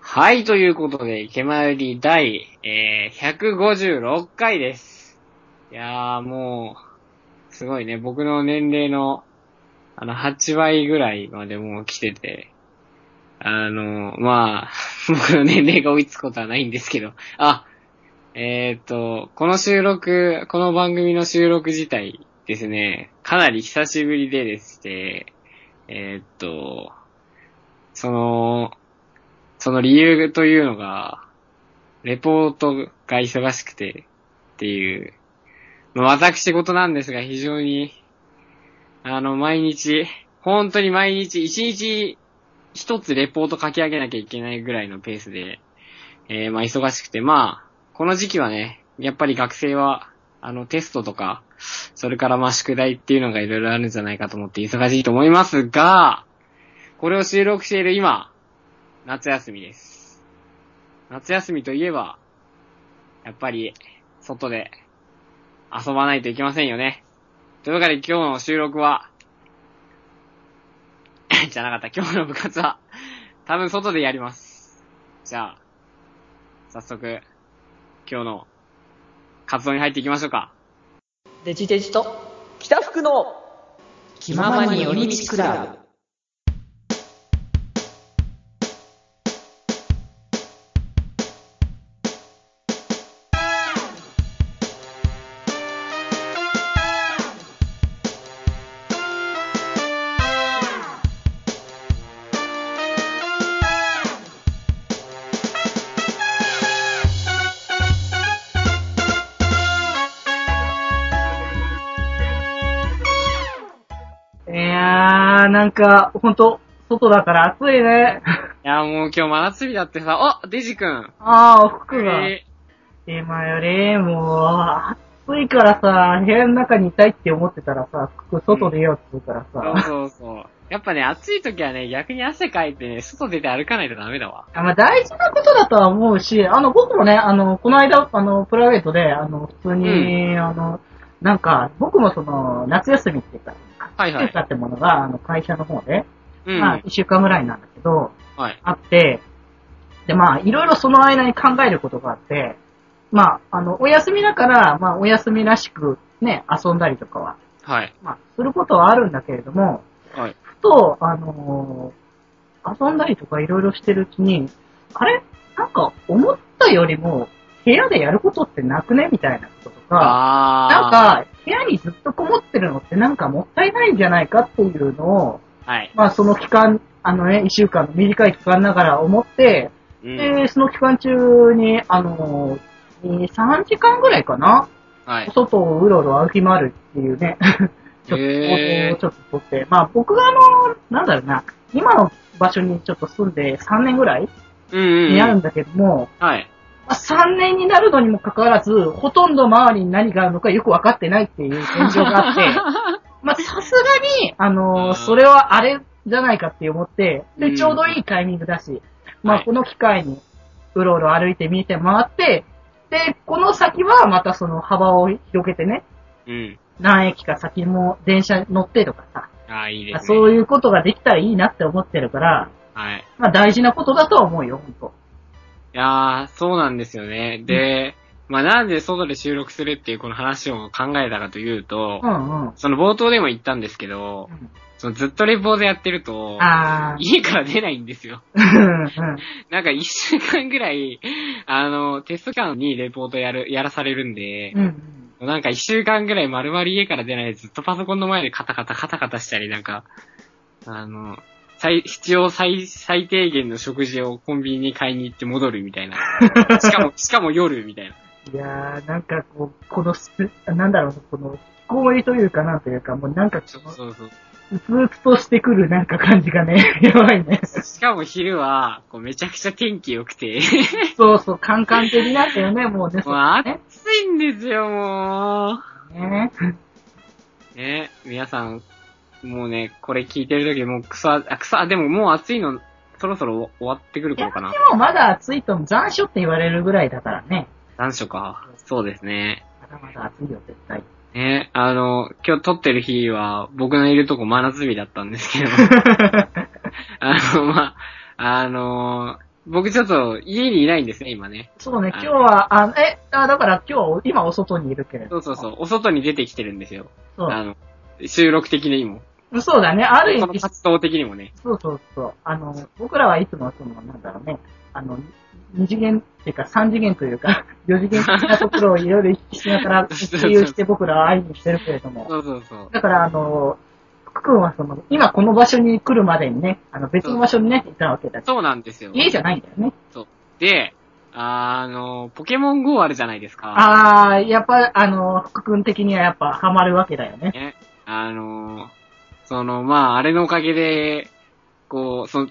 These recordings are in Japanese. はい、ということで、池まより第、えー、156回です。いやー、もう、すごいね、僕の年齢の、あの、8倍ぐらいまでもう来てて、あの、まあ、 僕の年齢が追いつくことはないんですけど、あ、えー、っと、この収録、この番組の収録自体ですね、かなり久しぶりででして、えー、っと、その、その理由というのが、レポートが忙しくてっていう、まあ私事なんですが非常に、あの、毎日、本当に毎日、一日一つレポート書き上げなきゃいけないぐらいのペースで、えーまあ忙しくて、まあ、この時期はね、やっぱり学生は、あの、テストとか、それからまあ宿題っていうのがいろいろあるんじゃないかと思って忙しいと思いますが、これを収録している今、夏休みです。夏休みといえば、やっぱり、外で遊ばないといけませんよね。というわけで今日の収録は、 じゃなかった、今日の部活は、多分外でやります。じゃあ、早速、今日の活動に入っていきましょうか。デジデジと北福の気ままに寄り道クラブ。いやー、なんか、ほんと、外だから暑 いね。いや、もう今日真夏日だってさ、あデジ君。ああ、服が。え今より、もう、暑いからさ、部屋の中にいたいって思ってたらさ、服外出ようって言うからーさ。そうそうそう。やっぱね、暑い時はね、逆に汗かいてね、外出て歩かないとダメだわ。あまあ、大事なことだとは思うし、あの、僕もね、あの、この間、あの、プライベートで、あの、普通に、あの、なんか、僕もその、夏休みっていうか、はいはい休暇。ってものが、あの、会社の方で、 うん。まあ、一週間ぐらいなんだけど、はい。あって、で、まあ、いろいろその間に考えることがあって、まあ、あの、お休みだから、まあ、お休みらしくね、遊んだりとかは、はい。まあ、することはあるんだけれども、はい。ふと、あのー遊んだりとかいろいろしてるうちに、あれなんか、思ったよりも、部屋でやることってなくねみたいなこととか、あなんあか、部屋にずっとこもってるのってなんかもったいないんじゃないかっていうのを、ー。はい。まあ、その期間、あのね、一週間の短い期間ながら思って、うん。で、その期間中に、あのー、3時間ぐらいかな、はい。外をうろうろ歩き回るっていうね、ちょっとへー行動を ちょっと取って、まあ僕があの、なんだろうな、今の場所にちょっと住んで3年ぐらいうんうんになうるん。んだけども、はい。まあ、3年になるのにもかかわらず、ほとんど周りに何があるのかよくわかってないっていう現状があって、 まあ、さすがに、あのーうんそれはあれじゃないかって思って、うで、んちょうどいいタイミングだし、まはあ、いこの機会に、うろうろ歩いて見て回って、で、この先はまたその幅を広げてね、うん。何駅か先も電車乗ってとかさ、ああ、いいでまあすね。そうう。いうことができたらいいなって思ってるから、はい。まあ、大事なことだとは思うよ、ほんと。いやー、そうなんですよね。で、まあなんで外で収録するっていうこの話を考えたかというとう、んうん。その冒頭でも言ったんですけど、そのずっとレポートやってると、あー。家から出ないんですよ。うんうんなんか一週間ぐらい、あの、テスト間にレポートやる、やらされるんで、うんうん。なんか一週間ぐらい丸々家から出ないでずっとパソコンの前でカタカタカタカタしたりなんか、あの、最、必要最、最低限の食事をコンビニに買いに行って戻るみたい な。しかも、しかも夜みたいな。いやー、なんかこう、このスペ、なんだろう、この、こもりというか、なんというか、もうなんかこそうの、そうそう。うつうつとしてくるなんか感じがね、 やばいね。しかも昼は、こうめちゃくちゃ天気良く て、そうそう、カンカン的なんだよね、もうね。もう暑ね。いんですよ、もねう。ね、皆さん、もうね、これ聞いてる時もう草、あ、草、でももう暑いの、そろそろ終わってくる頃かな。でもまだ暑いと残暑って言われるぐらいだからね。残暑か。そうですね。まだまだ暑いよ、絶対。ね、あの、今日撮ってる日は、僕のいると こ真夏日だったんですけど、あの、まあ、あの、僕ちょっと家にいないんですね、今ね。そうね、は今い日は、あえ、あだから今日はお、今お外にいるけれそど。うそうそう。お外に出てきてるんですよ。そあの、収録的にも。う。そうだね、ある意この味、活動的にもね。そうそうそう。あの、僕らはいつもその、なんだろうね、あの、二次元っていうか三次元というか、 四次元的なところをいろいろ行き来しながら、 そうそう一遊して僕らは会いにしてるけれども。そうそうそう。だから、あの、福君はその、今この場所に来るまでにね、あの、別の場所にね、行ったわけだし。そうなんですよ。家じゃないんだよね。で、あの、ポケモン GO あるじゃないですか。あー、やっぱ、あの、福君的にはやっぱハマるわけだよね。ね。あの、その、まあ、あれのおかげで、こう、その、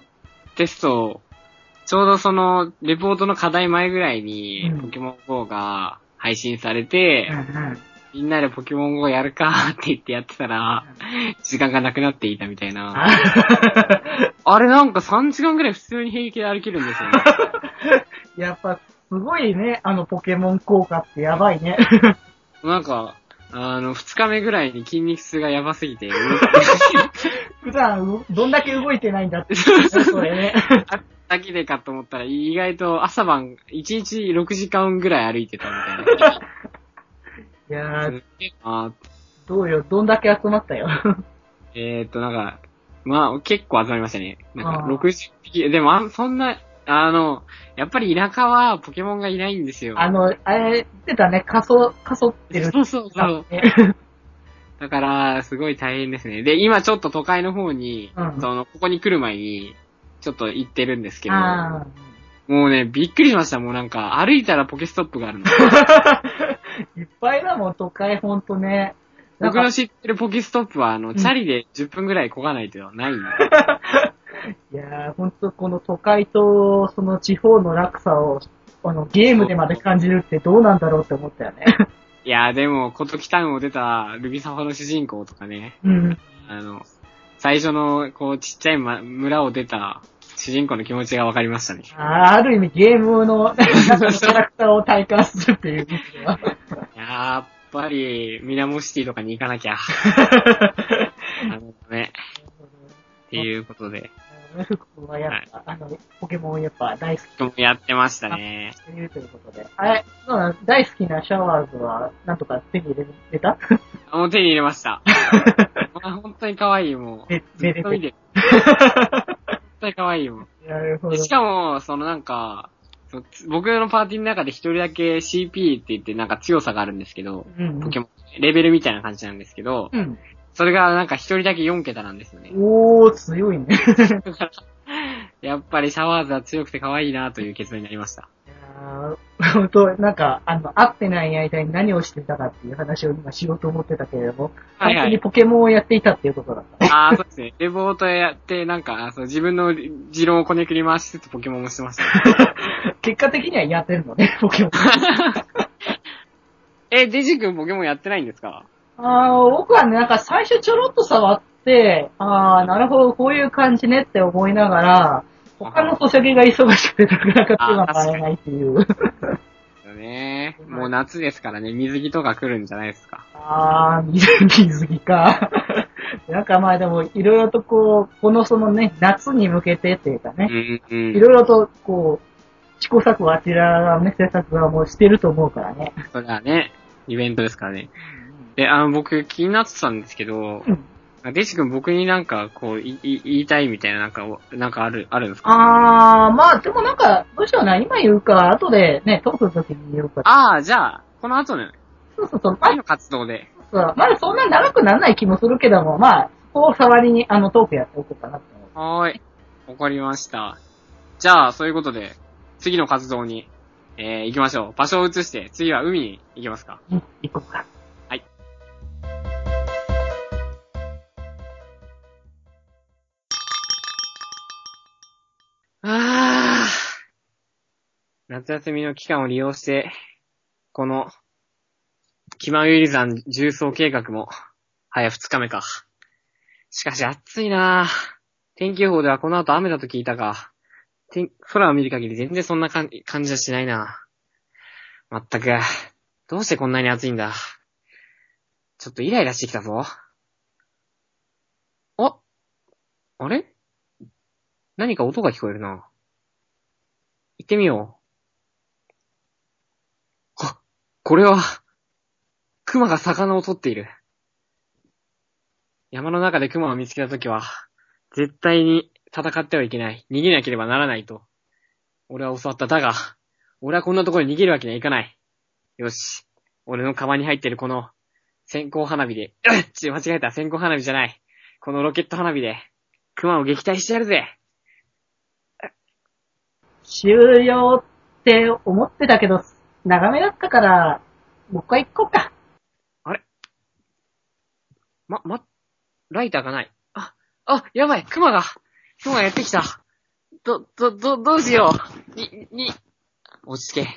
テストを、ちょうどその、レポートの課題前ぐらいにう、んポケモン GO が配信されて、うんうん。みんなでポケモン GO やるかって言ってやってたら、時間がなくなっていたみたいな。あ あれなんか3時間ぐらい普通に平気で歩けるんですよ ね。やっぱ、すごいね、あのポケモン効果ってやばいね。なんか、あの、2日目ぐらいに筋肉痛がやばすぎ て、普段、どんだけ動いてないんだって。それ ね。だけでかと思ったら、意外と朝晩、1日6時間ぐらい歩いてたみたいな。いやー、あどうよ、どんだけ集まったよ。えーっと、なんか、まあ、結構集まりましたね。なんか、あー60匹、でもあん、そんな、あの、やっぱり田舎はポケモンがいないんですよ。あの、あれ、言ってたね、かそ、かそってる。そうそうそう。ねだから、すごい大変ですね。で、今ちょっと都会の方に、うんその、ここに来る前に、ちょっと行ってるんですけど、 あもうね、びっくりしました。もうなんか、歩いたらポケストップがあるの。ーいっぱいだもん、都会ほんとね。なん僕かの、知ってるポケストップは、あの、んチャリで10分ぐらい漕がない とないんで。いやー、ほんとこの都会と、その地方の落差を、このゲームでまで感じるってどうなんだろうって思ったよね。いやーでも、コトキタウンを出たルビサファの主人公とかね、うん。あの、最初の、こう、ちっちゃい、ま、村を出た主人公の気持ちがわかりましたね。あーある意味ゲームの、なんかのキャラクターを体感するっていう意味で は。やっぱり、ミナモシティとかに行かな きゃ。あのね、っていうことで、福君はやっぱ、あの、ポケモンをやっぱ大好き僕もやってましたね。というということで。あれ、そうなの大好きなシャワーズは、なんとか手に入れれた あもう手に入れました。あ本当に可愛い、もうめ。ずめっでとて見てる。る。 本当に可愛いもん。なるほでど。しかも、そのなんか、そうつ僕のパーティーの中で一人だけ CP って言ってなんか強さがあるんですけど、うんポケモン、レベルみたいな感じなんですけど、うん。それがなんか一人だけ4桁なんですよね。おー、強いね。いやっぱりシャワーズは強くて可愛いなという結論になりました。やー本当なんか、あの、会ってない間に何をしていたかっていう話を今しようと思ってたけれども、はいは本当にい。ポケモンをやっていたっていうことだった。ああ、そうですね。レボートやって、なんか、そう自分の持論をこねくり回しつつポケモンもしてました。 結果的にはやってるのね、ポケモン。え、デジ君ポケモンやってないんですかあー僕はね、なんか最初ちょろっと触って、あー、なるほど、こういう感じねって思いながら、他のソシャゲが忙しくてなかなか手が回らないっていう。ねもう夏ですからね、水着とか来るんじゃないですか。あー、水水着か。 なんかまあでも、いろいろとこう、このそのね、夏に向けてっていうかうね、んういん。ろいろとこう、試行錯誤あちらがね、制作はもうしてると思うからね。それはね、イベントですからね。で、あの、僕気になってたんですけどう、んデシ君僕になんか、こう、いい言いたいみたいな、なんか、おなんかある、あるんですかあー、まあでもなんか、どうしような、今言うか、後でね、トークの時に言うか。ああ、じゃあ、この後の、そうそうそう、まあ愛の活動で。そうまだそんな長くならない気もするけども、まあ、ここを触りにあのトークやっておこうかなって思う。はーい。わかりました。じゃあ、そういうことで、次の活動に、えー、行きましょう。場所を移して、次は海に行きますか。うん、行こうか。ああ。夏休みの期間を利用して、この、気まゆり山重曹計画も、早2日目か。しかし暑いなぁ。天気予報ではこの後雨だと聞いたが、天空を見る限り全然そんな感じ感じはしないなぁ。まったく、どうしてこんなに暑いんだ。ちょっとイライラしてきたぞ。あ、あれ何か音が聞こえるな。行ってみよう。こ、これは、熊が魚を取っている。山の中で熊を見つけたときは、絶対に戦ってはいけない。逃げなければならないと。俺は教わった。だが、俺はこんなところに逃げるわけにはいかない。よし。俺のカバンに入ってるこの、線香花火で、うっち、間違えた。線香花火じゃない。このロケット花火で、熊を撃退してやるぜ。終了って思ってたけど、長めだったから、もう一回行こうか。ま、ま、ライターがない。あ、あ、やばい、熊が、熊がやってきた。ど、ど、ど、どうしよう。に、に、落ち着け。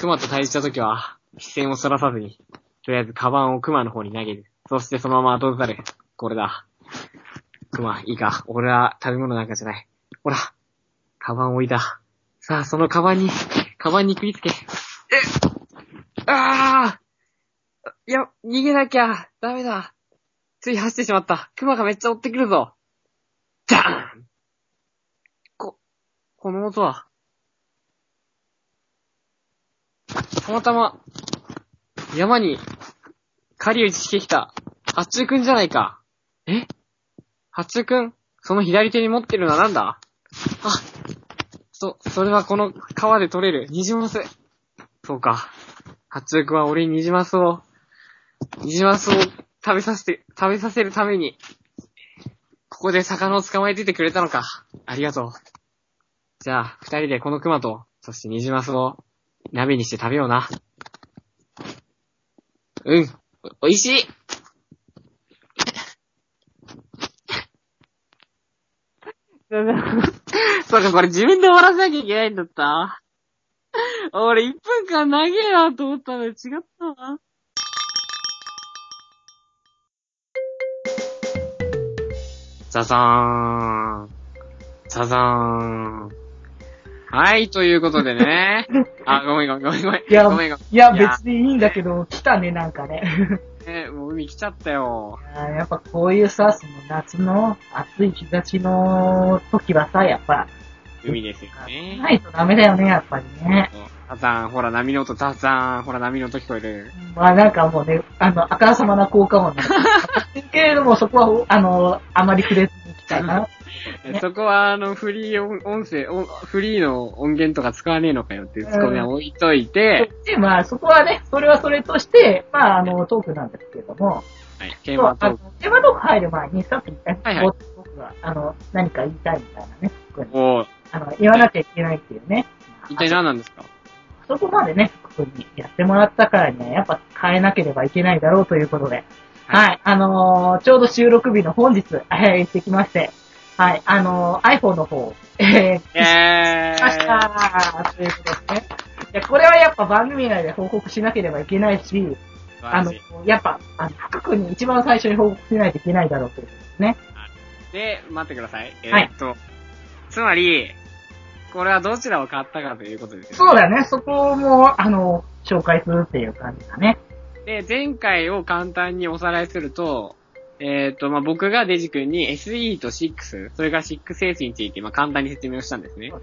熊と対峙したときは、視線を逸らさずに、とりあえずカバンを熊の方に投げる。そしてそのまま後ずさる。これだ。熊、いいか。俺は食べ物なんかじゃない。ほら、カバンを置いた。さあ、そのカバンに、カバンに食いつけ。えああいや、逃げなきゃ、ダメだ。つい走ってしまった。熊がめっちゃ追ってくるぞ。ダーンこ、この音は。たまたま、山に、狩り打ちしてきた、八中くんじゃないか。え八中くんその左手に持ってるのはなんだあ、そ、それはこの川で取れるニジマス。そうか。八中くんは俺にニジマスを、ニジマスを食べさせて、食べさせるために、ここで魚を捕まえててくれたのか。ありがとう。じゃあ、二人でこの熊と、そしてニジマスを、鍋にして食べような。うん。お、おいしい そうか、これ自分で終わらせなきゃいけないんだった。俺、1分間長えなと思ったのに違ったわ。ザザーン。ザザーン。はい、ということで ね。あ、ごめんごめんごめんごめん。いやごめんごめん。いや、いや別にいいんだけど、来たね、なんかね。え、もう海来ちゃったよ。 あーやっぱこういうさ、その夏の暑い日差しの時はさ、やっぱ、海ですよね。ないとダメだよね、やっぱりね。ザザーン、ほら波の音、ザザーン、ほら波の音聞こえる。まあなんかもうね、あの、あからさまな効果 音ね。けれども、そこは、あの、あまり触れずに行きたいな。ねそこは、あの、フリー音音声音フリーの音源とか使わねえのかよっていうツッコミは置いといて、で、まあそこはね、それはそれとして、まああの、トークなんですけれども、はい、テーマトーク。そうあのテーマトーク入る前に、さっき言った、はいはい僕が、あの、何か言いたいみたいなね、特におーあの、言わなきゃいけないっていうね。一体何なんですかそこまでね、ここにやってもらったからには、やっぱ変えなければいけないだろうということで。はいはい。あのーちょうど収録日の本日、えー行ってきまして、はい。あのー iPhone の方、えー、え来ましたということですね。いや、これはやっぱ番組内で報告しなければいけないし、あのー。、やっぱ、あの、福君に一番最初に報告しないといけないだろうということですね。で、待ってください。えはいーっと、つまり、これはどちらを買ったかということですよね。そうだね、そこも、あの、紹介するっていう感じだね。で、前回を簡単におさらいすると、えーっと、まあ、僕がデジ君に SE と6、それから 6S について、まあ、簡単に説明をしたんですねそう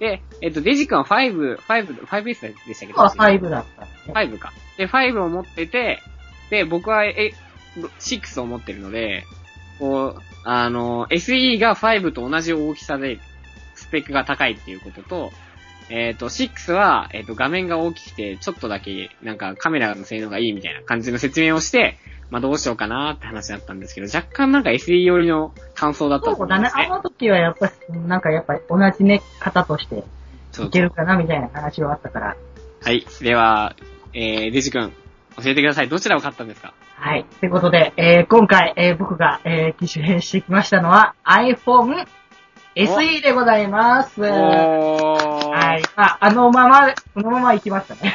で。で、えーっと、デジ君は5、5、5S でしたっけど今日は5だったんですね。 5か。で、5を持ってて、で、僕は、え、6を持ってるので、こう、あの、SE が5と同じ大きさで、スペックが高いっていうことと、えっ、と、6は、えっ、と、画面が大きくて、ちょっとだけ、なんかカメラの性能がいいみたいな感じの説明をして、まあどうしようかなって話だったんですけど、若干なんか SE 寄りの感想だったとそ思ううんだでね。すあね。の時はやっぱり、なんかやっぱり同じね、方としてそういけるかなみたいな話はあったから。はい。では、えー、デジ君、教えてください。どちらを買ったんですかはい。ということで、えー今回、えー僕が、えー機種変してきましたのは iPhone SE でございます。はおー。い。まあ、あのまま、そのまま行きましたね。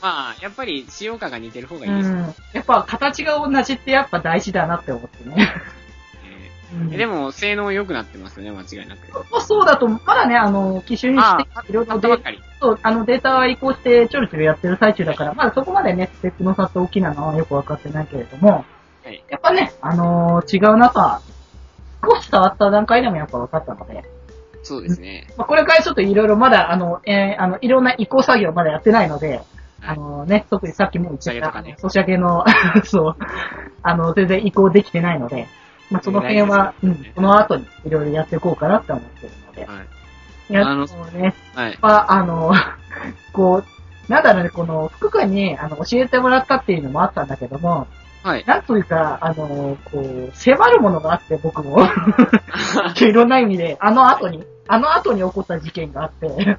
まあ、やっぱり使用感が似てる方がういいですね。ん。やっぱ形が同じってやっぱ大事だなって思ってね。えでも、性能良くなってますよね、間違いなく。も、そうだと、まだね、あの、機種にしあて、いろい買ろったデばっーかり。タ、あの、データ移行して、ちょろちょろやってる最中だから、まだそこまでね、スペックの差って大きなのはよくわかってないけれども、はい。やっぱね、あのー違う中、少し触った段階でもやっぱ分かったので、そうですね。まあ、これからちょっといろいろまだ、あの、えーあの、いろんな移行作業まだやってないので、あのね、特にさっきも言っちゃった、年明けの、 そう、あの、全然移行できてないので、まあ、その辺は、ねうないですよねん、この後にいろいろやっていこうかなって思ってるので、はい。いや、あのそうね、はい。まあ、あの、 こう、なんだろうね、この、福君に、あの、教えてもらったっていうのもあったんだけども、はい。 なんというか、あの、こう、迫るものがあって、僕 も。いろんな意味で、あの後に、あの後に起こった事件があって、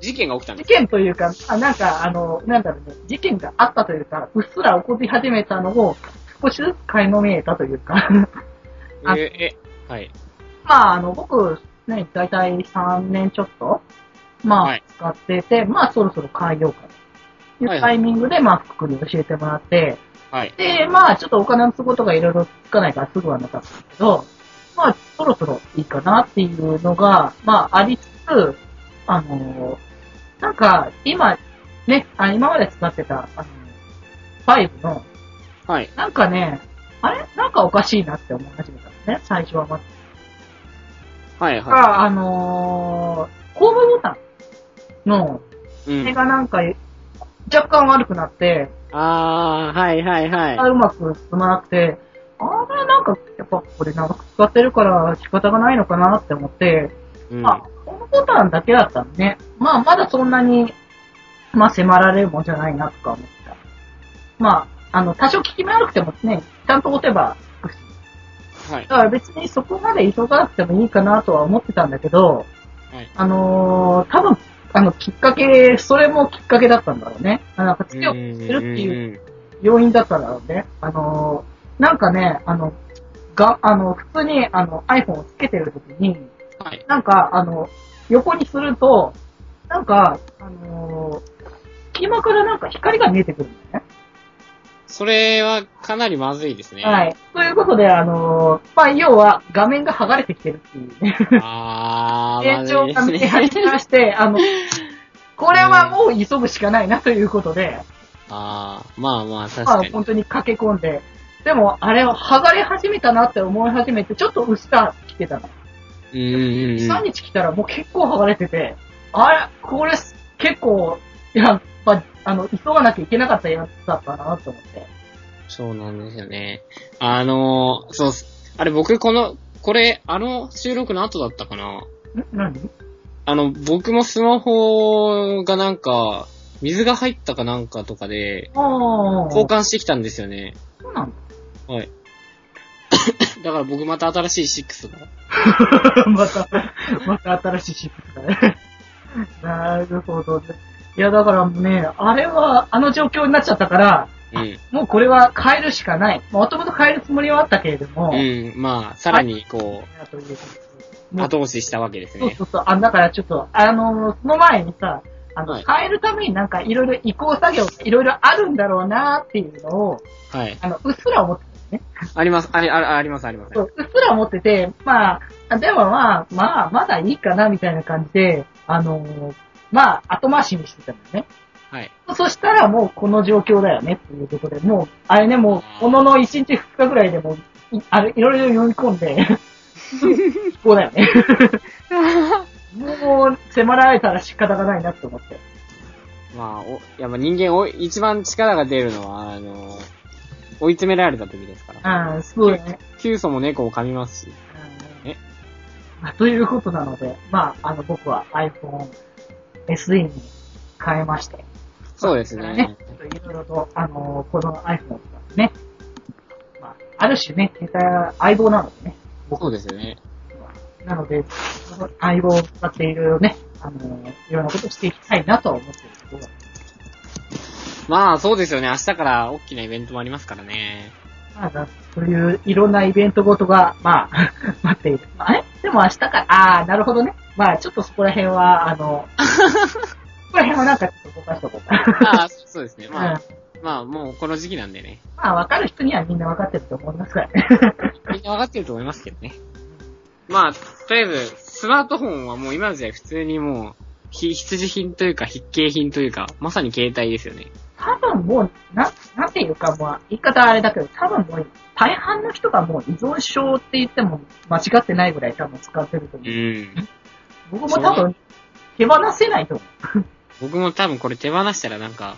事件が起きたんで事す。件というか、あなんか、あの、なんだろうね、事件があったというか、うっすら起こり始めたのを、少しずつ垣間見えたというか、 あええ、はい。まあ、あの、僕、ね、だいたい3年ちょっと、まあ、はい使ってて、まあ、そろそろ変えようかといはいうタイミングで、まあ、福君に教えてもらって、はい。で、まあ、ちょっとお金の都合とかいろいろつかないからすぐはなかったんだけど、まあ、そろそろいいかなっていうのが、まあ、ありつつ、あのーなんか、今、ね、あ今まで使ってた、あの、5の、はい。なんかね、あれなんかおかしいなって思い始めたのね、最初はまず。はい。だかはらあのー、後部ボタンのい。う目ん。がなんか、若干悪くなって、あー、はいはいはうまく進まなくて、あれなんか、やっぱこれ長く使ってるから仕方がないのかなって思って、い。うん。まあ、このボタンだけだったんでね、まあ、まだそんなに、まあ、迫られるもんじゃないなとか思った。まあ、あの、多少効き目悪くてもね、ちゃんと押せば効くし、はい。だから別にそこまで急がなくてもいいかなとは思ってたんだけど、はいあのー多分、あの、きっかけ、それもきっかけだったんだろうね。あのなんか強くしてるっていううん。要因だったんだろうね。あのーなんかね、あの、が、あの、普通に、あの、iPhone をつけてるときに、はい。なんか、あの、横にすると、なんか、あのー隙間からなんか光が見えてくるんだよそれはかなりまずいですね。。ね。はいい。ということで、あのーまあ、要は、画面が剥がれてきてるっていうね。あー、ま現ず状いでがす見えね。始めまして、あの、これはもう急ぐしかないなということで、あー、まあまあ、確まあかに。本当に駆け込んで、でもあれを剥がれ始めたなって思い始めて、ちょっと薄さ来てたの。うんうんうん。 3日来たらもう結構剥がれてて、あれ、これ結構、やっぱ、あの、急がなきゃいけなかったやつだったなと思って。そうなんですよね。あのー、そうっす。あれ、僕、この、これ、あの収録の後だったかな。ん何あの、僕もスマホがなんか、水が入ったかなんかとかで、ああ、交換してきたんですよね。そうなんはい。 だから僕また新しい6が。だ。また、 また新しいシップだね。なるほどね。いや、だからね、あれは、あの状況になっちゃったから、うん。もうこれは変えるしかない。もともと変えるつもりはあったけれども、うん。まあ、さらに、こあということですう、もう後押ししたわけですそうね。そうそう。あだからちょっと、あのその前にさ、あの、はい変えるためになんかいろいろ移行作業、いろいろあるんだろうなっていうのを、はい。あの、うっすら思ってあります、あり、ああります、ありますた。。そううっすら思ってて、まあ、でもまあ、まあ、まだいいかなみたいな感じで、あのまあ、後回しにしてたんだよね。はい。そしたらもうこの状況だよねっていうことで、もう、あれね、もう、ものの1日2日ぐらいでもう、いあれ、いろいろ読み込 んで、こうだよね。もう、迫られたら仕方がないなって思って。まあ、お、やっぱ人間お、一番力が出るのは、あの、追い詰められた時ですから。うん、すごいね。急所も猫を噛みますし。うんえまあ、ということなので、まあ、あの、僕は iPhone SE に変えまして、そうですねね。、ちょっといろいろと、あのこの iPhone を使ってね、まあ、ある種ね、携帯は相棒なのでね、そうですよね。なので、その相棒を使っていろいろね、あのいろんなことをしていきたいなとは思ってるけど、まあ、そうですよね。明日から大きなイベントもありますからね。まあ、なそういういろんなイベントごとが、まあ、 待っている。まあ、えでも明日から、ああ、なるほどね。まあ、ちょっとそこら辺は、あの、そこら辺はなんかちょっと動かしとこうか。まあ、そうですね。うん まあ、まあ、もうこの時期なんでね。まあ、わかる人にはみんなわかってると思いますからね。 みんなわかってると思いますけどね。まあ、とりあえず、スマートフォンはもう今の時代普通にもう、ひ必需品というか、必携品というか、まさに携帯ですよね。多分もう、な、なんていうか、まあ、言い方はあれだけど、多分もう、大半の人がもう依存症って言っても間違ってないぐらい多分使ってるとう思う。ん。僕も多分、手放せないと思う。僕も多分これ手放したらなんか、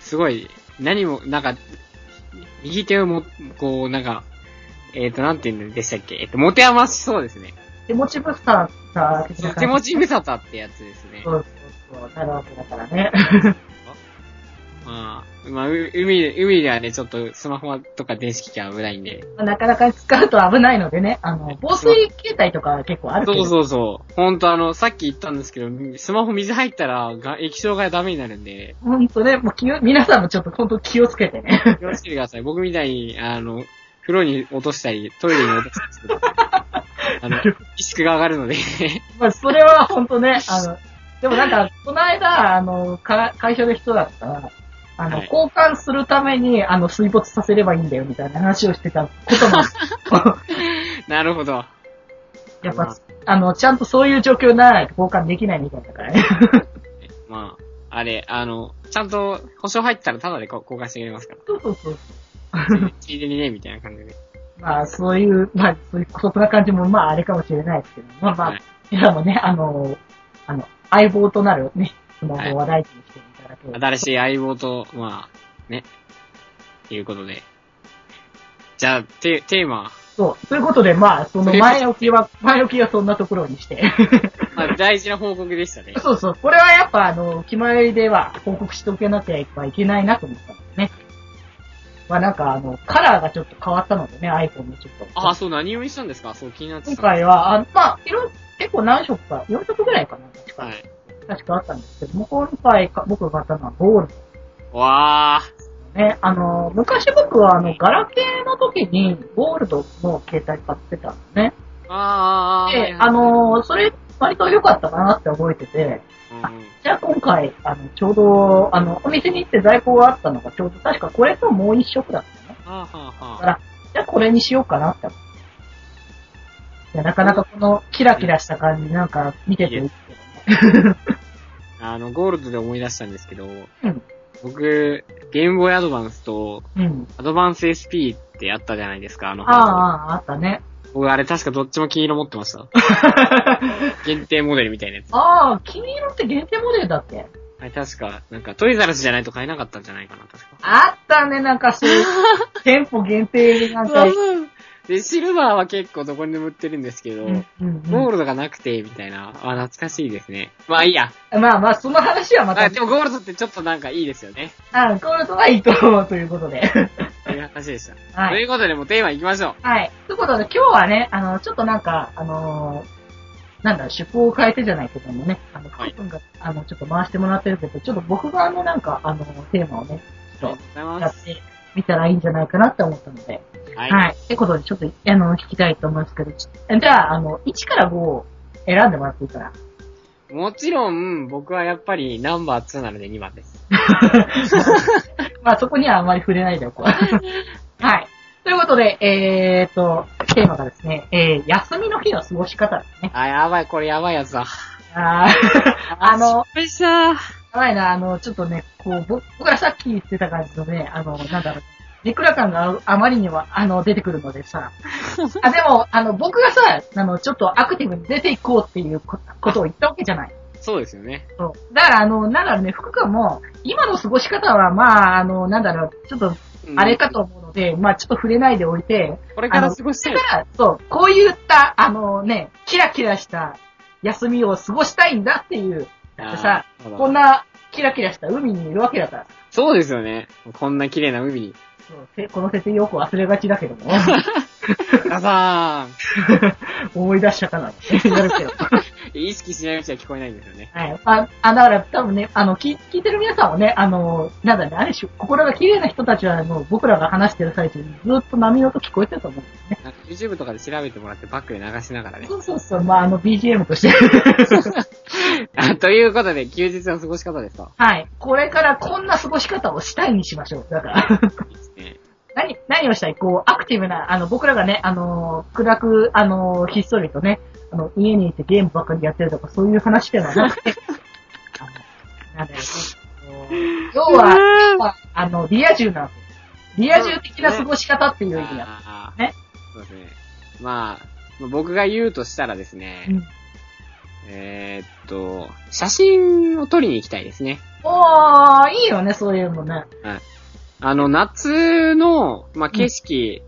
すごい、何も、なんか、右手をも、こう、なんか、えっ、と、なんて言うんでしたっけえっ、と、持て余しそうですね。手持ちぶさだけ手持ち無沙汰ってやつですね。そうそうそう、なるわけだからね。 まあ、まあ、う海で、海ではね、ちょっとスマホとか電子機器は危ないんで。なかなか使うと危ないのでね、あの、防水携帯とか結構あるけそど、うそうそう。ほんとあの、さっき言ったんですけど、スマホ水入ったら、が液晶がダメになるんで、ほんとね、もう気を、皆さんもちょっとほんと気をつけてね。 気をつけてください。僕みたいに、あの、風呂に落としたり、トイレに落としたりすると、あの、リスクが上がるので、 まあ、それはほんとね、あの、でもなんか、この間、あの、か会社の人だったら、あの、はい交換するために、あの、水没させればいいんだよ、みたいな話をしてた ことも、なるほど。やっぱ、あの、ちゃんとそういう状況にならないと交換できないみたいだからね。まあ、あれ、あの、ちゃんと保証入ったらタダでこ交換してくれますかそうそうそう。ら。ついでにね、みたいな感じで。 まあ、そういう、まあ、そういう、そんな感じも、まあ、あれかもしれないですけど、まあまはあい、皆さんもね、あの、あの、相棒となるね、スマホを大事にしていただければ。新しい相棒と、まあ、ね、ということで。じゃあ、テテーマ。そう。ということで、まあ、その前置きは、前置きはそんなところにして。まあ、大事な報告でしたね。 そうそう。これはやっぱ、あの、決まりでは報告しておけなきゃいけないなと思ったんですね。まあ、なんか、あの、カラーがちょっと変わったのでね、iPhone のちょっと。ああ、そう、何をしたんですかそう、気になって今た。回は、あまあ、色、結構何色か、4色ぐらいかな、確か。はい。確かあったんですけども、今回か僕が買ったのはゴールドわあ、ね、あの、昔僕はあの、ガラケーの時にゴールドの携帯買ってたのね。あーあー、で、あの、それ割と良かったかなって覚えてて、はいうんじゃあ今回、あの、ちょうど、あの、お店に行って在庫があったのがちょうど確かこれともう一色だったのね。はあ、はあ、はあ。じゃあこれにしようかなって思って。いや、なかなかこのキラキラした感じなんか見てていいけどね。あの、ゴールドで思い出したんですけど、うん僕、ゲームボーイアドバンスと、うん。アドバンス SP ってあったじゃないですか、あのああハード、ああ、あった ね。僕、あれ確かどっちも金色持ってま した。限定モデルみたいなやつ。ああ、金色って限定モデルだっけはい、確か、なんか、トイザラスじゃないと買えなかったんじゃないかな、確か。あったね、なん かそういう、店舗限定でなんか、そう で、シルバーは結構どこにでも売ってるんですけど、うんうんゴールドがなくて、みたいな。あ、懐かしいですね。まあいいや。うんまあまあ、その話はまた、あでもゴールドってちょっとなんかいいですよね。あゴールドはいいと思うということで。 という話でした。はといい。うことで、もうテーマ行きましょう。はい。ということで、今日はね、あの、ちょっとなんか、あのーなんだ、趣向を変えてじゃないけどもね、あの、は福い君が、あの、ちょっと回してもらってるけど、ちょっと僕があの、なんか、あの、テーマをね、ちありょがとうごっざいと、まやす。ってみたらいいんじゃないかなって思ったので、ははい。ってことで、ちょっと、あの、聞きたいと思いますけど、ちじゃあ、あの、1から5を選んでもらっていいから。もちろん、僕はやっぱりナンバー2なので2番です。まあそこにはあんまり触れないでお こう。はい。ということで、えーと、テーマがですね、えー、休みの日の過ごし方ですね。あ、やばい、これやばいやつだ。あーあの、びっくりした。やばいな、あの、ちょっとね、こう、ぼ僕がさっき言ってた感じのね、あの、なんだろう、ネクラ感があまりには、あの、出てくるので さ。あ、でも、あの、僕がさ、あの、ちょっとアクティブに出ていこうっていうこことを言ったわけじゃない。そうですよね。そう。だから、あの、なんだろうね、福君も、今の過ごし方は、まあ、あの、なんだろう、ちょっと、うんあれ。かと思うので、まあちょっと触れないでおいて、これから過ごしただいか。ら、そう、こういった、あのね、キラキラした休みを過ごしたいんだっていう、だってさ、あーこんなキラキラした海にいるわけだから、そうですよね。こんな綺麗な海に。そうせこの設定よく忘れがちだけども、 ガサ思い出したかなってなるけど。ーン意識しないうちは聞こえないんですよね。はい。まあ、あだから多分ね、あの、聞聞いてる皆さんもね、あの、なんだね、ある種、心が綺麗な人たちは、もう僕らが話してる最中にずっと波の音聞こえてると思うんですね。なんか YouTube とかで調べてもらってバックで流しながらね。そうそうそう、まあ、あの、BGM として。 あ ということで、休日の過ごし方ですかはい。これからこんな過ごし方をしたいにしましょう。だから、 いいですね。何、何をしたいこう、アクティブな、あの、僕らがね、あのー暗く、あのーひっそりとね、あの、家にいてゲームばっかりやってるとか、そういう話ではなく て、あの、なんだよねこう、要は、要はあの、リア充なんです。リア充的な過ごし方っていう意味だ。あーねそうですね。まあ、僕が言うとしたらですね、うんえーっと、写真を撮りに行きたいですね。おー、いいよね、そういうのね。あの、夏の、まあ、景色、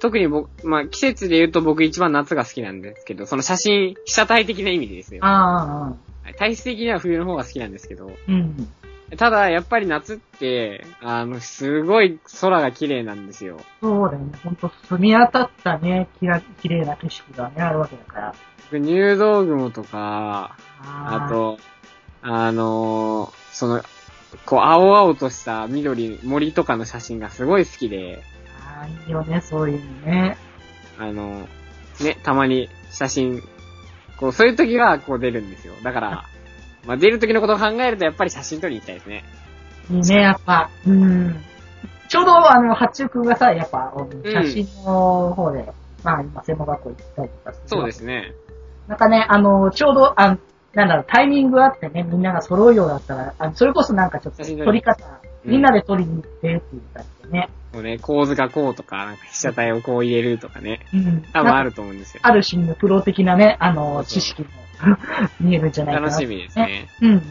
特に僕、まあ、季節で言うと僕一番夏が好きなんですけど、その写真、被写体的な意味でですよ。あ体質的には冬の方が好きなんですけど、ー、うん。ただ、やっぱり夏って、あの、すごい空が綺麗なんですよ。そうだよね。ほんと、澄み当たったね、きら、綺麗な景色がね、あるわけだから。僕入道雲とか、あーあ、と、あのーその、こう、青々とした緑、森とかの写真がすごい好きで、あーいいよね、そういうのね。あの、ね、たまに写真、こう、そういう時はこう出るんですよ。だ から、まあ、出る時のことを考えるとやっぱり写真撮りに行きたいですね。いいね、やっぱ。うん。ちょうど、あの、八中くんがさ、やっぱ、あのん写真の方で、まあ、今、専門学校行ったりとかそうですすね。る。なんかね、あの、ちょうど、あなんだろう、タイミングあってね、みんなが揃うようだったら、あのそれこそなんかちょっと写真撮り撮り方、うんみんなで撮りに行ってっていう感じでね。こうね、構図がこうとか、なんか被写体をこう入れるとかね、うん。多分あると思うんですよ。ある種のプロ的なね、あの、そうそう知識も 見えるんじゃないかな。楽しみですね。うんうんうん。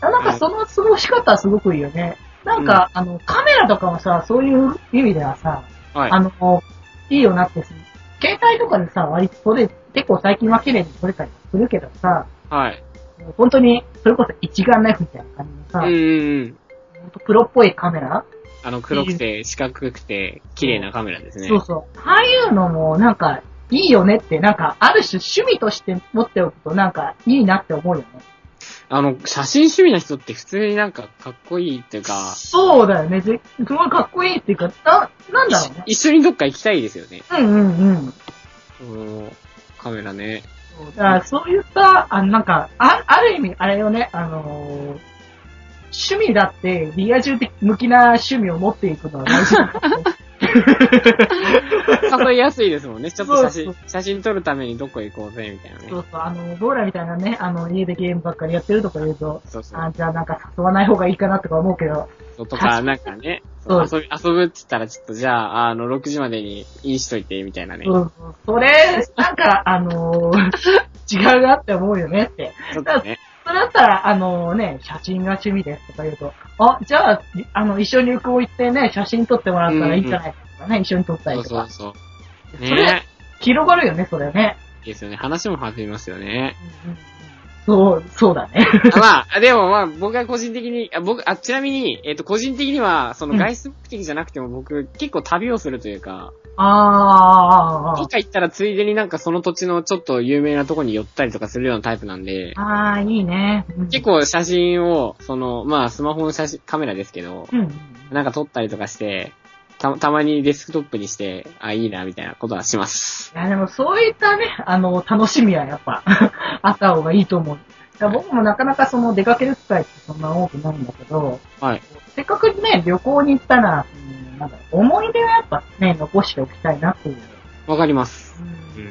なんかその過ごし方はすごくいいよね。なんか、あの、カメラとかもさ、そういう意味ではさ、はいあ。の、いいよなってす携帯とかでさ、割と撮れ、結構最近は綺麗に撮れたりするけどさ、はい。本当に、それこそ一眼ナイフみたいな感じのうさ、んうんうん。ほんとプロっぽいカメラ、あの、黒くて、四角くて、綺麗なカメラですね。そうそう。ああいうのも、なんか、いいよねって、なんか、ある種趣味として持っておくと、なんか、いいなって思うよね。あの、写真趣味な人って普通になんかかっこいいっていうか、そうだよね。ぜすごいかっこいいっていうか、な、なんだろうね。一緒にどっか行きたいですよね。うんうんうん。このカメラね。そうだからそういった、あのなんか、あある意味、あれよね、あのー趣味だって、リア充的向きな趣味を持っていくのは大事だと思 う誘いやすいですもんね。ちょっと写そ真うそ、写真撮るためにどこ行こうぜ、みたいなねそ。うそう、あの、僕らみたいなね、あの、家でゲームばっかりやってるとか言うと、そうそうあじゃあなんか誘わない方がいいかなとか思うけど、そう。とか、なんかね、そうそう遊び遊ぶって言ったら、ちょっとじゃあ、あの、6時までにインしといて、みたいなね。そうそうそれ、なんか、あ のー違うなって思うよねって。ちょっとね。それだったら、あのね、写真が趣味ですとか言うと、あ、じゃあ、いあの、一緒に旅行行ってね、写真撮ってもらったらいいんじゃないかとかね、一緒に撮ったそりうとそうか。そう。それね広がるよね、それね。いいですよね。話も弾みますよ ね。そう、そう だね。あまあ、でもまあ、僕が個人的に、あ僕、あ、ちなみに、えっ、と、個人的には、そのうん外出目的じゃなくても、僕、結構旅をするというか、あどーっ、か行ったらついでになんかその土地のちょっと有名なとこに寄ったりとかするようなタイプなんで、あー、いいね。うん結、構写真を、その、まあ、スマホの写真、カメラですけど、うんうん。なんか撮ったりとかして、た、たまにデスクトップにして、あ、いいな、みたいなことはします。いや、でもそういったね、あの、楽しみはやっぱ、 あった方がいいと思う。だから僕もなかなかその出かける機会ってそんな多くないんだけど、はい。せっかくね、旅行に行ったら、うんなんだろう思い出はやっぱね、残しておきたいなっていう。わかります。ううんん。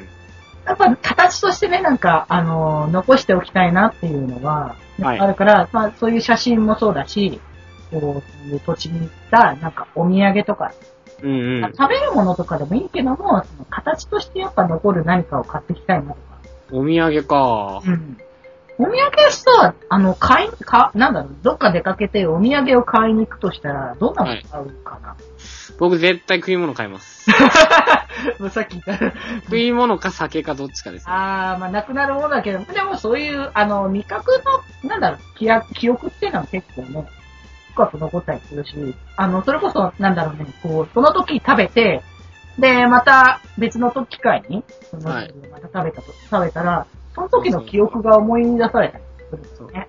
やっぱ形としてね、なんか、あのー残しておきたいなっていうのは、はいあるから、まあ、そういう写真もそうだし、こう、そういう土地に行った、なんかお土産とか、うんうん。食べるものとかでもいいけども、その形としてやっぱ残る何かを買ってきたいなとか。お土産か。うん。お土産さ、あの、買い、か、なんだろう、どっか出かけてお土産を買いに行くとしたら、どんなの買うかな、僕絶対食い物買います。 もうさっき言った。食い物か酒かどっちかですね。あー、まあ、なくなるものだけど、でもそういう、あの、味覚の、なんだろう、記憶記憶っていうのは結構ね、深く残ったりするし、あの、それこそ、なんだろうね、こう、その時食べて、で、また別の時機会に、そのはいまた食べたと、食べたら、その時の記憶が思い出されたりするんですよね。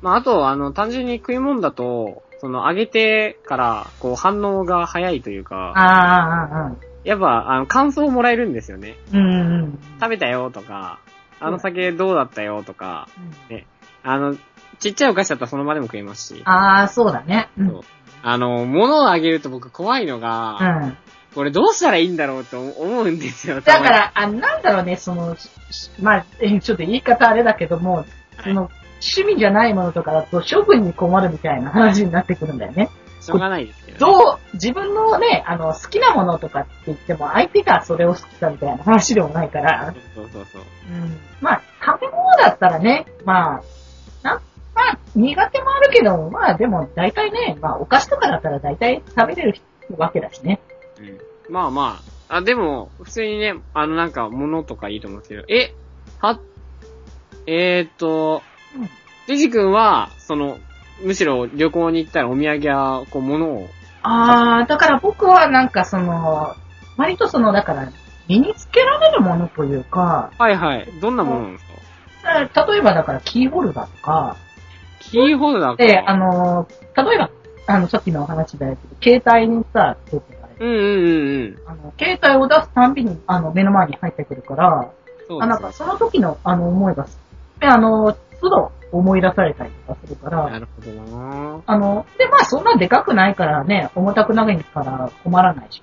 まあ、あと、あの、単純に食い物だと、その、揚げてから、こう、反応が早いというあーか、あー、あーやっぱ、あの、感想をもらえるんですよね。うんうんうん。食べたよとか、あの酒どうだったよとか、うんあの、ちっちゃいお菓子だったらその場でも食いますし、ああ、そうだね。うん。そうあの、物をあげると僕怖いのが、うんこれどうしたらいいんだろうと思うんですよ。だから、あなんだろうね、その、ししまあ、えちょっと言い方あれだけども、その、趣味じゃないものとかだと処分に困るみたいな話になってくるんだよね。しょうがないですけど、ね。どう、自分のね、あの、好きなものとかって言っても、相手がそれを好きかみたいな話でもないから、そうそうそうそう。うん、まあ、食べ物だったらね、まあ、な、まあ、苦手もあるけど、まあでも大体ね、まあお菓子とかだったら大体食べれるわけだしね。うん。まあまあ。あ、でも、普通にね、あのなんか、物とかいいと思うんですけど、え、は、えーっと、うん。デジ君は、その、むしろ旅行に行ったらお土産は、こう、物を、ああ、だから僕はなんかその、割とその、だから、身につけられるものというか、はいはい、どんなものなんですか例えばだからキーホルダーとか、キーホルダーか。で、あの、例えば、あの、さっきのお話だけど、携帯にさ、出てあれうんうんうんうん。あの、携帯を出すたんびに、あの、目の前に入ってくるから、そうあでなんすかね。その時の、あの、思いが、で、あの、都度思い出されたりとかするから、なるほどなぁ。あの、で、まあそんなでかくないからね、重たくないから困らないし、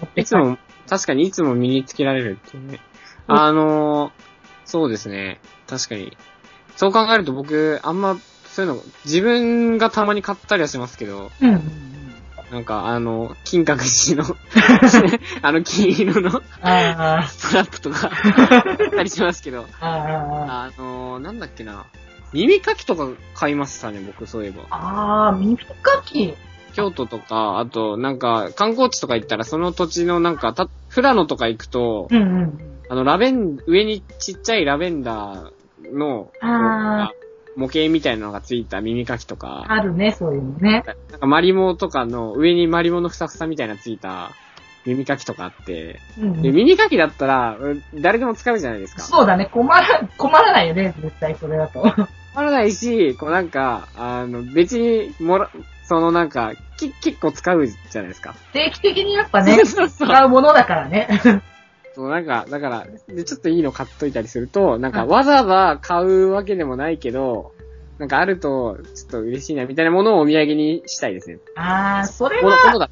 持っていきつたりも、確かにいつも身につけられるっていうね。あのー、そうですね。確かに。そう考えると僕、あんま、そういうの、自分がたまに買ったりはしますけど、うんうんうん。なんか、あの、金閣寺の、あの、金色のあーストラップとか、買ったりしますけど、あー、あのー、なんだっけな。耳かきとか買いましたね、僕、そういえば。あー、耳かき。京都とか、あと、なんか、観光地とか行ったら、その土地のなんか、た、富良野とか行くと、うんうんうん。あの、ラベン、上にちっちゃいラベンダーの、あ模型みたいなのがついた耳かきとか、あるね、そういうのね。なんかマリモとかの、上にマリモのふさふさみたいなのついた耳かきとかあって、うんうで、ん。耳かきだったら、うん誰でも使うじゃないですか。そうだね、困ら、困らないよね、絶対それだと。 困らないし、こうなんか、あの、別に、もら、そのなんか、き、結構使うじゃないですか。、定期的にやっぱね そうそう。使うものだからね。そう、なんか、だから、で、ちょっといいの買っといたりすると、なんか、わざわざ買うわけでもないけど、なんかあると、ちょっと嬉しいな、みたいなものをお土産にしたいですね。ああ、それこのは、ことだ。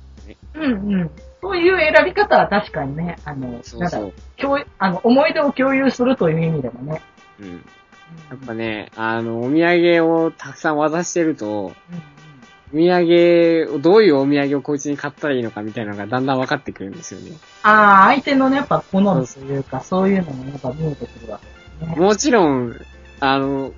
うんうん。そういう選び方は確かにね、あの、そなうんだそろうう。共有あの、思い出を共有するという意味でもね。うん。やっぱね、あの、お土産をたくさん渡してると、うんうんお土産を、どういうお土産をこいつに買ったらいいのかみたいなのがだんだん分かってくるんですよね。ああ、相手のね、やっぱ好みというか、そういうのもやっぱ見えてくるわけですね。もちろん、あの、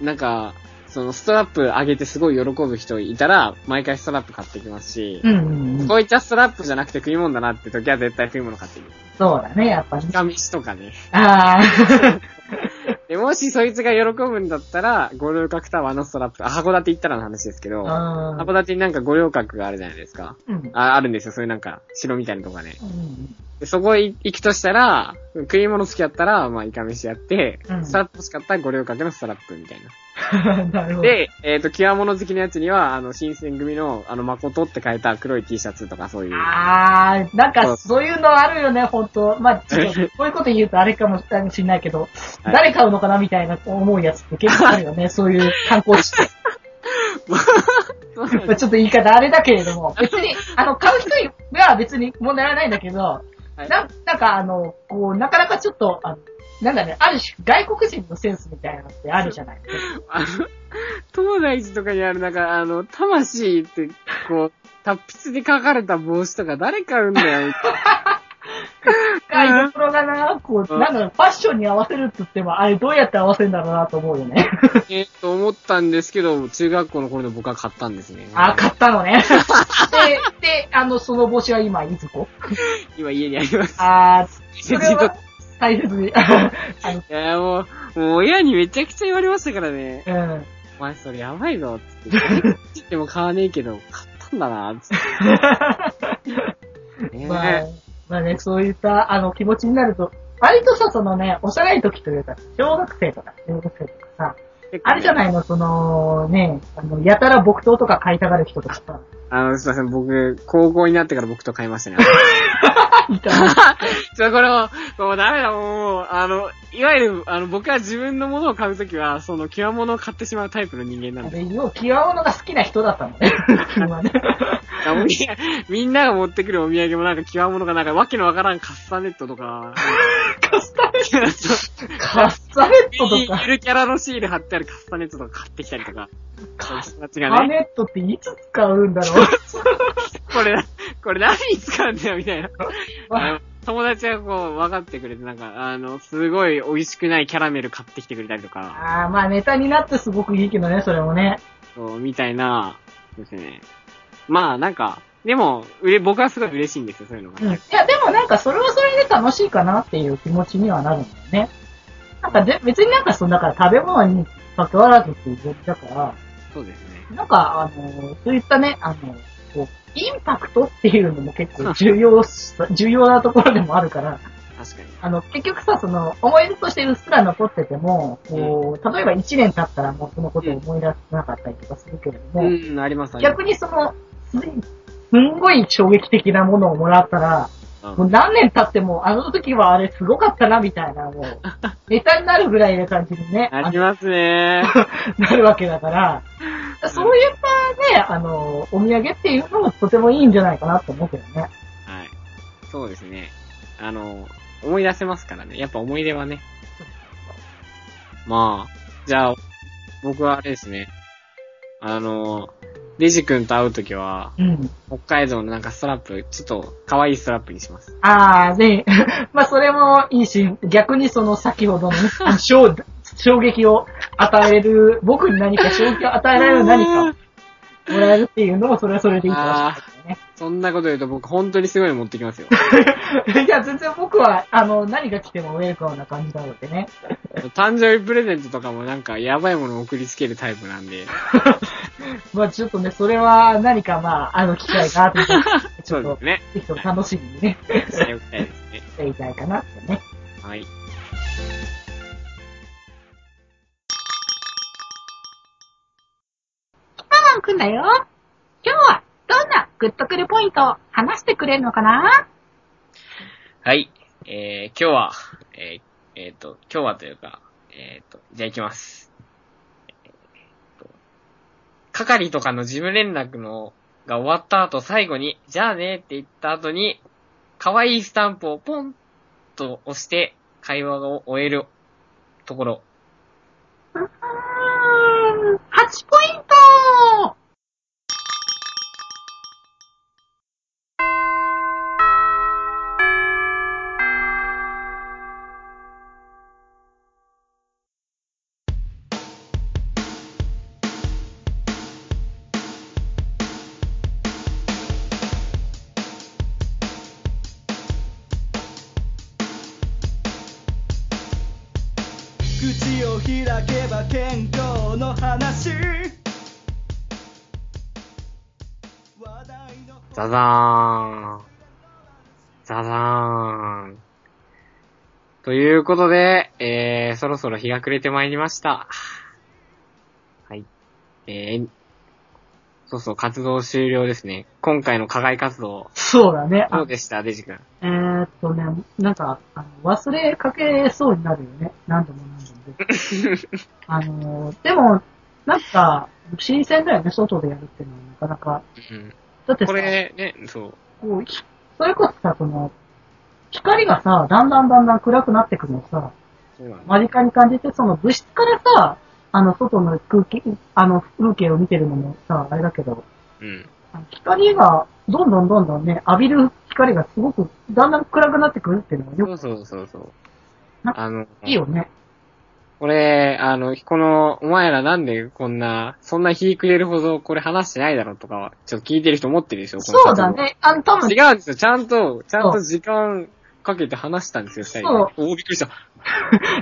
なんか、そのストラップ上げてすごい喜ぶ人いたら、毎回ストラップ買ってきますし、うんうんうん。こういったストラップじゃなくて食い物だなって時は絶対食い物買ってくる。そうだね、やっぱねイ。カ飯とかね。あで、もしそいつが喜ぶんだったら、五稜郭タワーのストラップ、あ、函館行ったらの話ですけど、あ、うん。函館になんか五稜郭があるじゃないですか。うんうんあ、あるんですよ。そういうなんか、城みたいなとこがね。うん。で、そこへ行くとしたら、食い物好きだったら、まあ、イカ飯やって、うんストラップ欲しかったら五稜郭のストラップみたいな。 なるほど。で、えっ、と、極物好きのやつには、あの、新選組の、あの、誠って書いた黒い T シャツとかそういう。ああ、なんそうかそういうのあるよね、本当まあ、ちょっと、こういうこと言うとあれかもしれないけど、はい誰買うのかなみたいな思うやつって結構あるよ ね、そういう観光地って。そうなんでまあちょっと言い方あれだけれども、別に、あの、買う人は別に問題はないんだけど、はいななんかあの、こう、なかなかちょっと、あのなんだね、ある種外国人のセンスみたいなのってあるじゃないすあの、 東大寺とかにある、なんか、あの、魂って、こう、達筆で書かれた帽子とか誰買うんだよ。外国のがな、こうう、んなんかファッションに合わせるって言っても、あれどうやって合わせるんだろうなと思うよね。えーと思ったんですけど、中学校の頃の僕は買ったんですね。あ、買ったのね。で、で、あの、その帽子は今、いずこ。今家にあります。あー、そいれは大切に。あのや、もう、もう親にめちゃくちゃ言われましたからね。うん。お前それやばいぞ、つ って。ちっても買わねえけど、買ったんだな、つって。ねまあ、まあね、そういった、あの、気持ちになると、割とさ、そのね、幼い時というか、小学生とか、中学生とかさ、あれじゃいないの、その、ね、あの、やたら木刀とか買いたがる人とかさ、あの、すいません、僕、高校になってから僕と買いましたね。いたら じゃこれも、もうダメだ、もう、あの、いわゆる、あの、僕は自分のものを買うときは、その、極物を買ってしまうタイプの人間なんあで。れ、よう、極物が好きな人だったのね、君はね。あみんなみんなが持ってくるお土産もなんか極物がなんかわけのわからんカスタネットとか、カスタネッそうト、カスタネットゆとか、るキャラのシール貼ってあるカスタネットとか買ってきたりとか、そういカうス人たちタがね、ネットっていつ使うんだろう。これ、これ何に使うんだよみたいな。まああの友達はこう、分かってくれて、なんか、あの、すごい美味しくないキャラメル買ってきてくれたりとか、ああ、まあネタになってすごくいいけどね、それもね。そう、みたいな、ですね。まあ、なんか、でも、うれ、僕はすごい嬉しいんですよ、そういうのうん。がい。や、でもなんかそれはそれで楽しいかなっていう気持ちにはなるんだよね。なんかで別になんかその、だから食べ物に関わらずっていう状況だから、そうですね。なんか、あの、そういったね、あの、こう、インパクトっていうのも結構重要し、重要なところでもあるから、確かに。あの、結局さ、その、思い出としてうっすら残ってても、こう、例えば1年経ったらもうそのことを思い出せなかったりとかするけれども、うん、あります、あります逆にその、すすんごい衝撃的なものをもらったら、うんもう何年経っても、あの時はあれすごかったな、みたいな、 もう、ネタになるぐらいな感じにね、あります ね。なるわけだから、そういったね、あの、お土産っていうのもとてもいいんじゃないかなと思うけどね。はい。そうですね。あの、思い出せますからね。やっぱ思い出はね。まあ、じゃあ、僕はあれですね。あの、デジ君と会うときは、うん。北海道のなんかストラップ、ちょっと可愛いストラップにします。ああ、ね、 まあそれもいいし、逆にその先ほどのね、衝衝撃を与える、僕に何か衝撃を与えられる何かをもらえるっていうのもそれはそれでいいかもしれないけどね。そんなこと言うと僕本当にすごいの持ってきますよ。 いや、全然僕は、あの、何が来てもウェルカムな感じなのでね。誕生日プレゼントとかもなんかやばいものを送りつけるタイプなんで。まあちょっとね、それは何かまあ、あの機会があって、ちそょうっでとす、ね。ぜひとも楽しみにね、しておきたいですね。していただいたなってね。はい。パンくんだよ。今日はどんなグッとくるポイントを話してくれるのかなはい。えー、今日は、えー、えーと、今日はというか、えーと、じゃあ行きます。えーと係とかの事務連絡の、が終わった後最後に、じゃあねって言った後に、可愛いスタンプをポンと押して会話を終えるところ。うーん、8ポイント口を開けば健康の話ザザーン。ザザーン。ということで、えー、そろそろ日が暮れてまいりました。はい。えー、そうそう、活動終了ですね。今回の課外活動、そうだね。どうでした、デジ君。えーっとね、なんか、あの忘れかけそうになるよね。何度も何度も。 あのー、でも、なんか、新鮮だよね、外でやるっていうのはなかなか。うん。だってさこれ、ね、そう。こう、ひそれこそさ、その、光がさ、だんだんだんだん暗くなってくのをさ、そうなんだ。間近に感じて、その物質からさ、あの、外の空気、あの、風景を見てるのもさ、あれだけど、うん。あの光が、どんどんどんどんね、浴びる光がすごく、だんだん暗くなってくるっていうのがよくそうそうそうそう。なあの、いいよね。これ、あの、この、お前らなんでこんな、そんな日暮れるほどこれ話してないだろうとかは、ちょっと聞いてる人思ってるでしょこのそうだね。あの、多分違うんですよ。ちゃんと、ちゃんと時間かけて話したんですよ、二人で。おーびっくりした。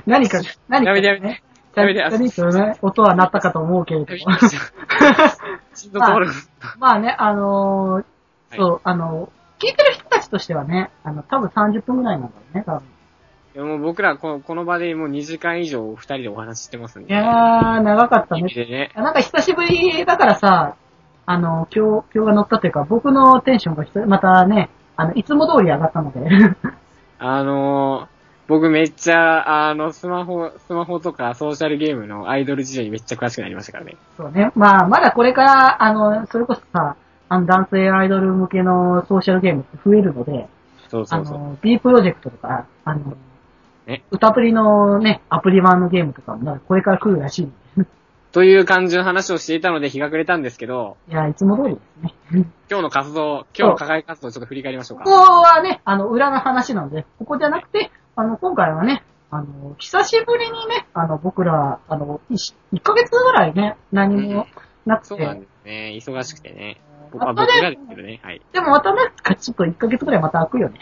何か、何か、ね。やめてめてやめてやめて何かね、音は鳴ったかと思うけ れどびっもく。りした。心臓止まる。まあね、あのー、そう、あの、聞いてる人たちとしてはね、あの、多分30分ぐらいなんだろうね、多分。いやもう僕らこの、この場でもう2時間以上二人でお話ししてますんいで。やー、長かった意ね味。でね。なんか久しぶりだからさ、あの、今日、今日が乗ったというか、僕のテンションがひとまたね、あの、いつも通り上がったので。 あのー、僕めっちゃ、あの、スマホ、スマホとかソーシャルゲームのアイドル事情にめっちゃ詳しくなりましたからね。そうね。まあ、まだこれから、あの、それこそさ、あの、男性アイドル向けのソーシャルゲームって増えるので、そうそうそうあ。の、B プロジェクトとか、あの、ね歌プリのね、アプリ版のゲームとかも、これから来るらしい。という感じの話をしていたので日が暮れたんですけど、いや、いつも通りですね。今日の活動、今日の課外活動ちょっと振り返りましょうこかこ。はね、あの、裏の話なんで、ここじゃなくて、あの、今回はね、あの、久しぶりにね、あの、僕ら、あの、1ヶ月ぐらいね、何もなくて、そうなんですね。忙しくてね。僕はま僕たがねで、すけどね。はい。でもまたね、ちょっと1ヶ月ぐらいまた開くよね。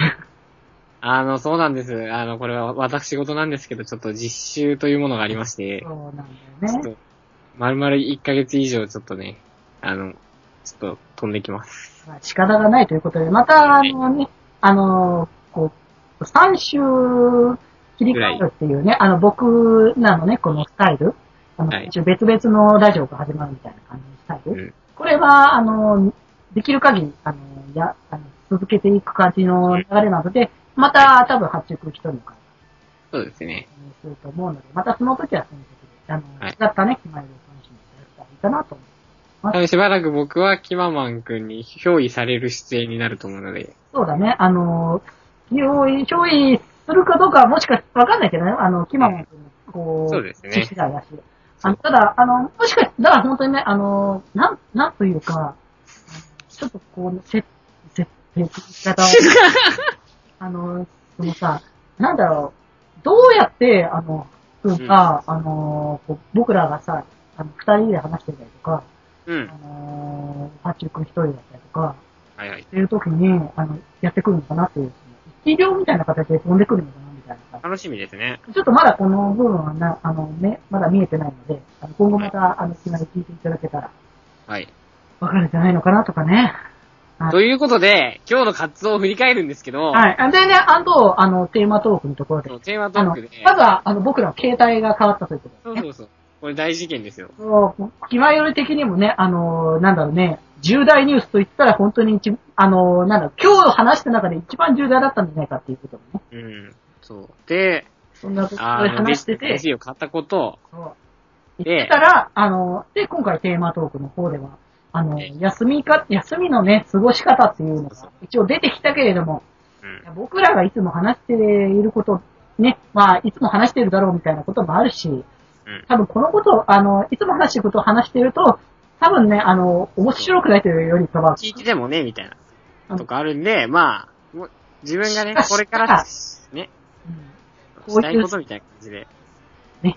あの、そうなんです。あの、これは私事なんですけど、ちょっと実習というものがありましてそ、うなんだちょよっね。と、丸々1ヶ月以上ちょっとね、あの、ちょっと飛んできます。まあ仕方がないということで、また、あのね、あの、こう、3週切り替えるっていうね、あの、僕らのね、このスタイル、あの、はい一応別々のラジオが始まるみたいな感じのスタイル。うんこれは、あの、できる限り、あの、や、あの続けていく感じの流れなので、また多分発注一人の感そうですね。じにすると思うので、またその時はその時で、あの、はい違ったね、気前で楽しんでいただけたらいいかなと思う。多分しばらく僕はキママン君に憑依される出演になると思うので、そうだね、あの、用意、用意するかどうかはもしかしてわかんないけどね、あの、キマモン君の、こう、そうですね知識が怪しい。あのただ、あの、もしかして、だから本当にね、あの、なん、なんというか、ちょっとこう、せ、せ、せ、せ、方を、あの、そのさ、なんだろう、どうやって、あの、うんか、あの、こう僕らがさ、あの、二人で話してたりとか、うんあ。の、パッチュ君一人だったりとか、はいはいっ。ていう時に、あの、やってくるのかなっていう、その一両みたいな形で飛んでくるのかなみたいな感楽しみですね。じ。ちょっとまだこの部分はな、あの、ね、まだ見えてないので、あの今後また、あの、気まで聞いていただけたら、はい。わかるんじゃないのかなとかね。はいということで、今日の活動を振り返るんですけど、はい。あでね、あと、あの、テーマトークのところでそ、のテーマトーあの、まクずで、は、あの、僕らの携帯が変わったということそうですね。そうそう。これ大事件ですよ。そう、気前より的にもね、あの、なんだろうね、重大ニュースと言ったら本当に一、あの、なんだろう、今日話した中で一番重大だったんじゃないかっていうことをね、うん。そう。で、そんなことであの、話しててレ、シピを買ったこと、そう。で言ってたら、あの、で、今回テーマトークの方では、あの、ええ休みか、休みのね、過ごし方っていうのそうそうが、一応出てきたけれども、うん。僕らがいつも話していること、ね、まあ、いつも話しているだろうみたいなこともあるし、多分このことを、あの、いつも話していることを話していると、多分ね、あの、面白くないというよりかは、聞いててもね、みたいうんな、とかあるんで、まあ、もう自分がねしか、しこれから、ね、こういしうたいことみたいな感じで、うんし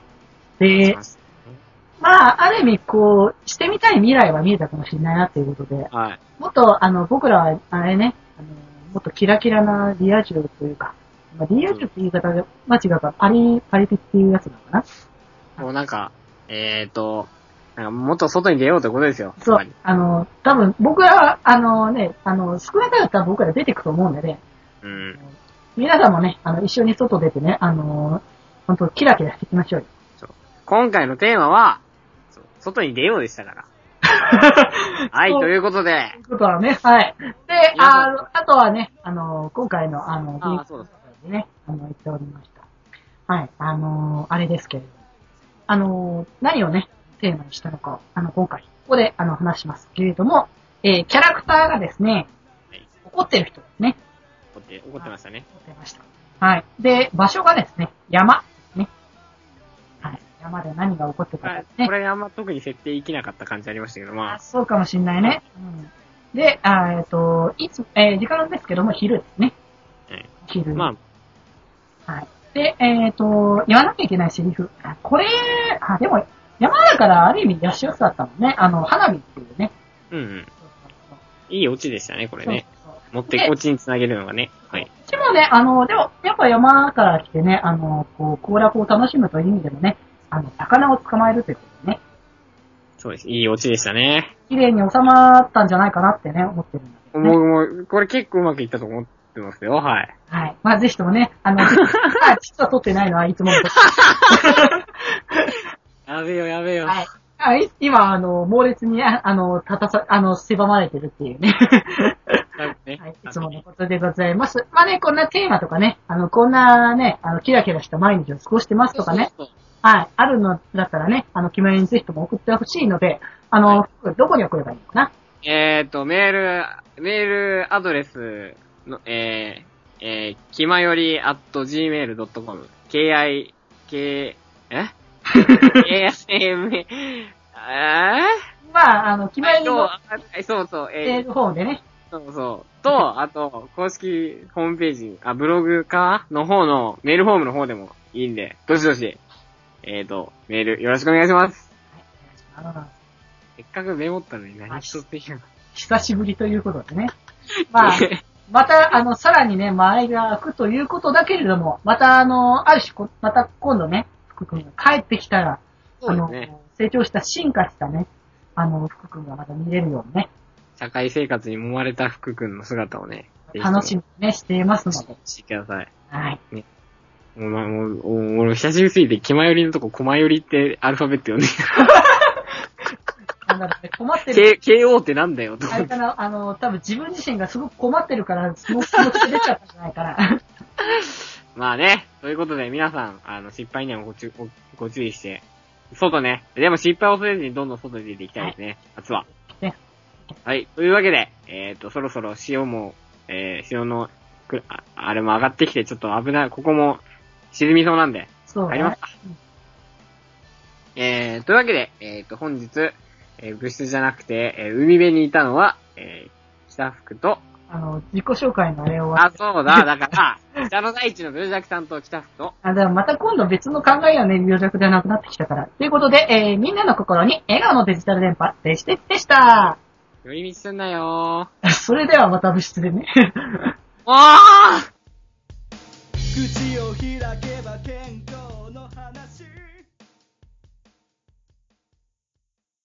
でま、すまあ、ある意味、こう、してみたい未来は見えたかもしれないなっていうことで、はい。もっと、あの、僕らは、あれね、あの、もっとキラキラなリア充というか、まあ、リア充って言い方が間違うから、パリ、パリピっていうやつなのかなもうなんか、えーと、なんかもっと外に出ようってことですよ。つそまうり。あの、多分僕は、あのね、あの、少なからず多分僕ら出てくと思うんでね、うん。皆さんもね、あの、一緒に外出てね、あの、本当キラキラしていきましょうよ。今回のテーマは、そう外に出ようでした から。はい、ということで、ということはね、はい。で、皆さんあの、あとはね、あの、今回の、あの、あーそうだでね、あの、言っておりました。はい、あのーあれですけれども。あのー何をね、テーマにしたのかを、あの、今回、ここで、あの、話しますけれども、えーキャラクターがですね、はい怒ってる人ですね、怒って、怒ってましたね。怒ってました。はい。で、場所がですね、山ですね。はい。山で何が起こってたかはでいすねこ。れあんま特に設定いきなかった感じありましたけど、まああ、そうかもしんないね。うん、で、あーえっ、と、いつ、えー時間ですけども、昼ですね。はい昼。まあ、はい。で、えっ、と、言わなきゃいけないセリフ。あこれ、あ、でも、山だからある意味、ヤシオスだったもんね。あの、花火っていうね。うんうん。いいオチでしたね、これそうそうね。そう持って、オチにつなげるのがね。はい。うちもね、あの、でも、やっぱ山から来てね、あの、こう、行楽を楽しむという意味でもね、あの、魚を捕まえるということでね、そうです。いいオチでしたね。綺麗に収まったんじゃないかなってね、思ってるんだけど、ね。僕も、これ結構うまくいったと思ってますよ、はい。はい。まあ、ぜひともね、あの、 実は実は撮ってないのは、いつものこと。やべえよ、やべえよ。はい。あい今、あの、猛烈に、ああの、立たさ、あの、狭まれてるっていうね。多分ねはい、いあつもののことでございます。まあね、こんなテーマとかね、あの、こんなね、あの、キラキラした毎日を過ごしてますとかね、そうそうはい、あるのだったらね、あの、決まりにぜひとも送ってほしいので、あの、はどこに送ればいいのかなえーと、メール、メールアドレスの、えー、えー、きまより at gmail.com、ki, k, え ?asma, えまあ、あの、決ー、まりそうのはいそうそう、してえいーる方でね。そうそう。と、あと、公式ホームページ、あ、ブログかの方の、メールフォームの方でもいいんで、どしどし、えーと、メールよろしくお願いします。あせっかくメモったのに何一つできなかっー久しぶりということでね。た。 まあ、また、あの、さらにね、間合いが空くということだけれども、また、あの、ある種こ、また今度ね、福君が帰ってきたら、そあうでのすね。、成長した、進化したね、あの、福君がまた見れるようにね、社会生活に揉まれた福君の姿をね、楽しみみにね、していますので。してください。はい。もう、まあ、もう、お俺、久しぶりすぎて、気まよりのとこ、こまよりってアルファベット読んでなんだろうね、困ってる。 K、KO ってなんだよ、とあ思っれて。かな、あの、多分自分自身がすごく困ってるから、その気持ちが出ちゃったんじゃないかな。まあね、ということで皆さん、あの、失敗にはご注ごご注意して、外ね、でも失敗を恐れずにどんどん外に出ていきたいですね、夏はね。はい、というわけで、えっ、と、そろそろ潮も、えー、潮のくあ、あれも上がってきて、ちょっと危ない、ここも沈みそうなんで、そうありますね。か、えー、というわけで、えっ、と、本日、えー、部室じゃなくて、えー海辺にいたのは、えー、北福と、あの、自己紹介のあれを忘あ、れて。そうだ、だから、北の大地のブルジャクさんと北福と、あ、だからまた今度別の考えがね、病弱ではなくなってきたから。ということで、えー、みんなの心に笑顔のデジタル電波でしてでした。 寄り道すんなよー。それではまた部室でね。ああ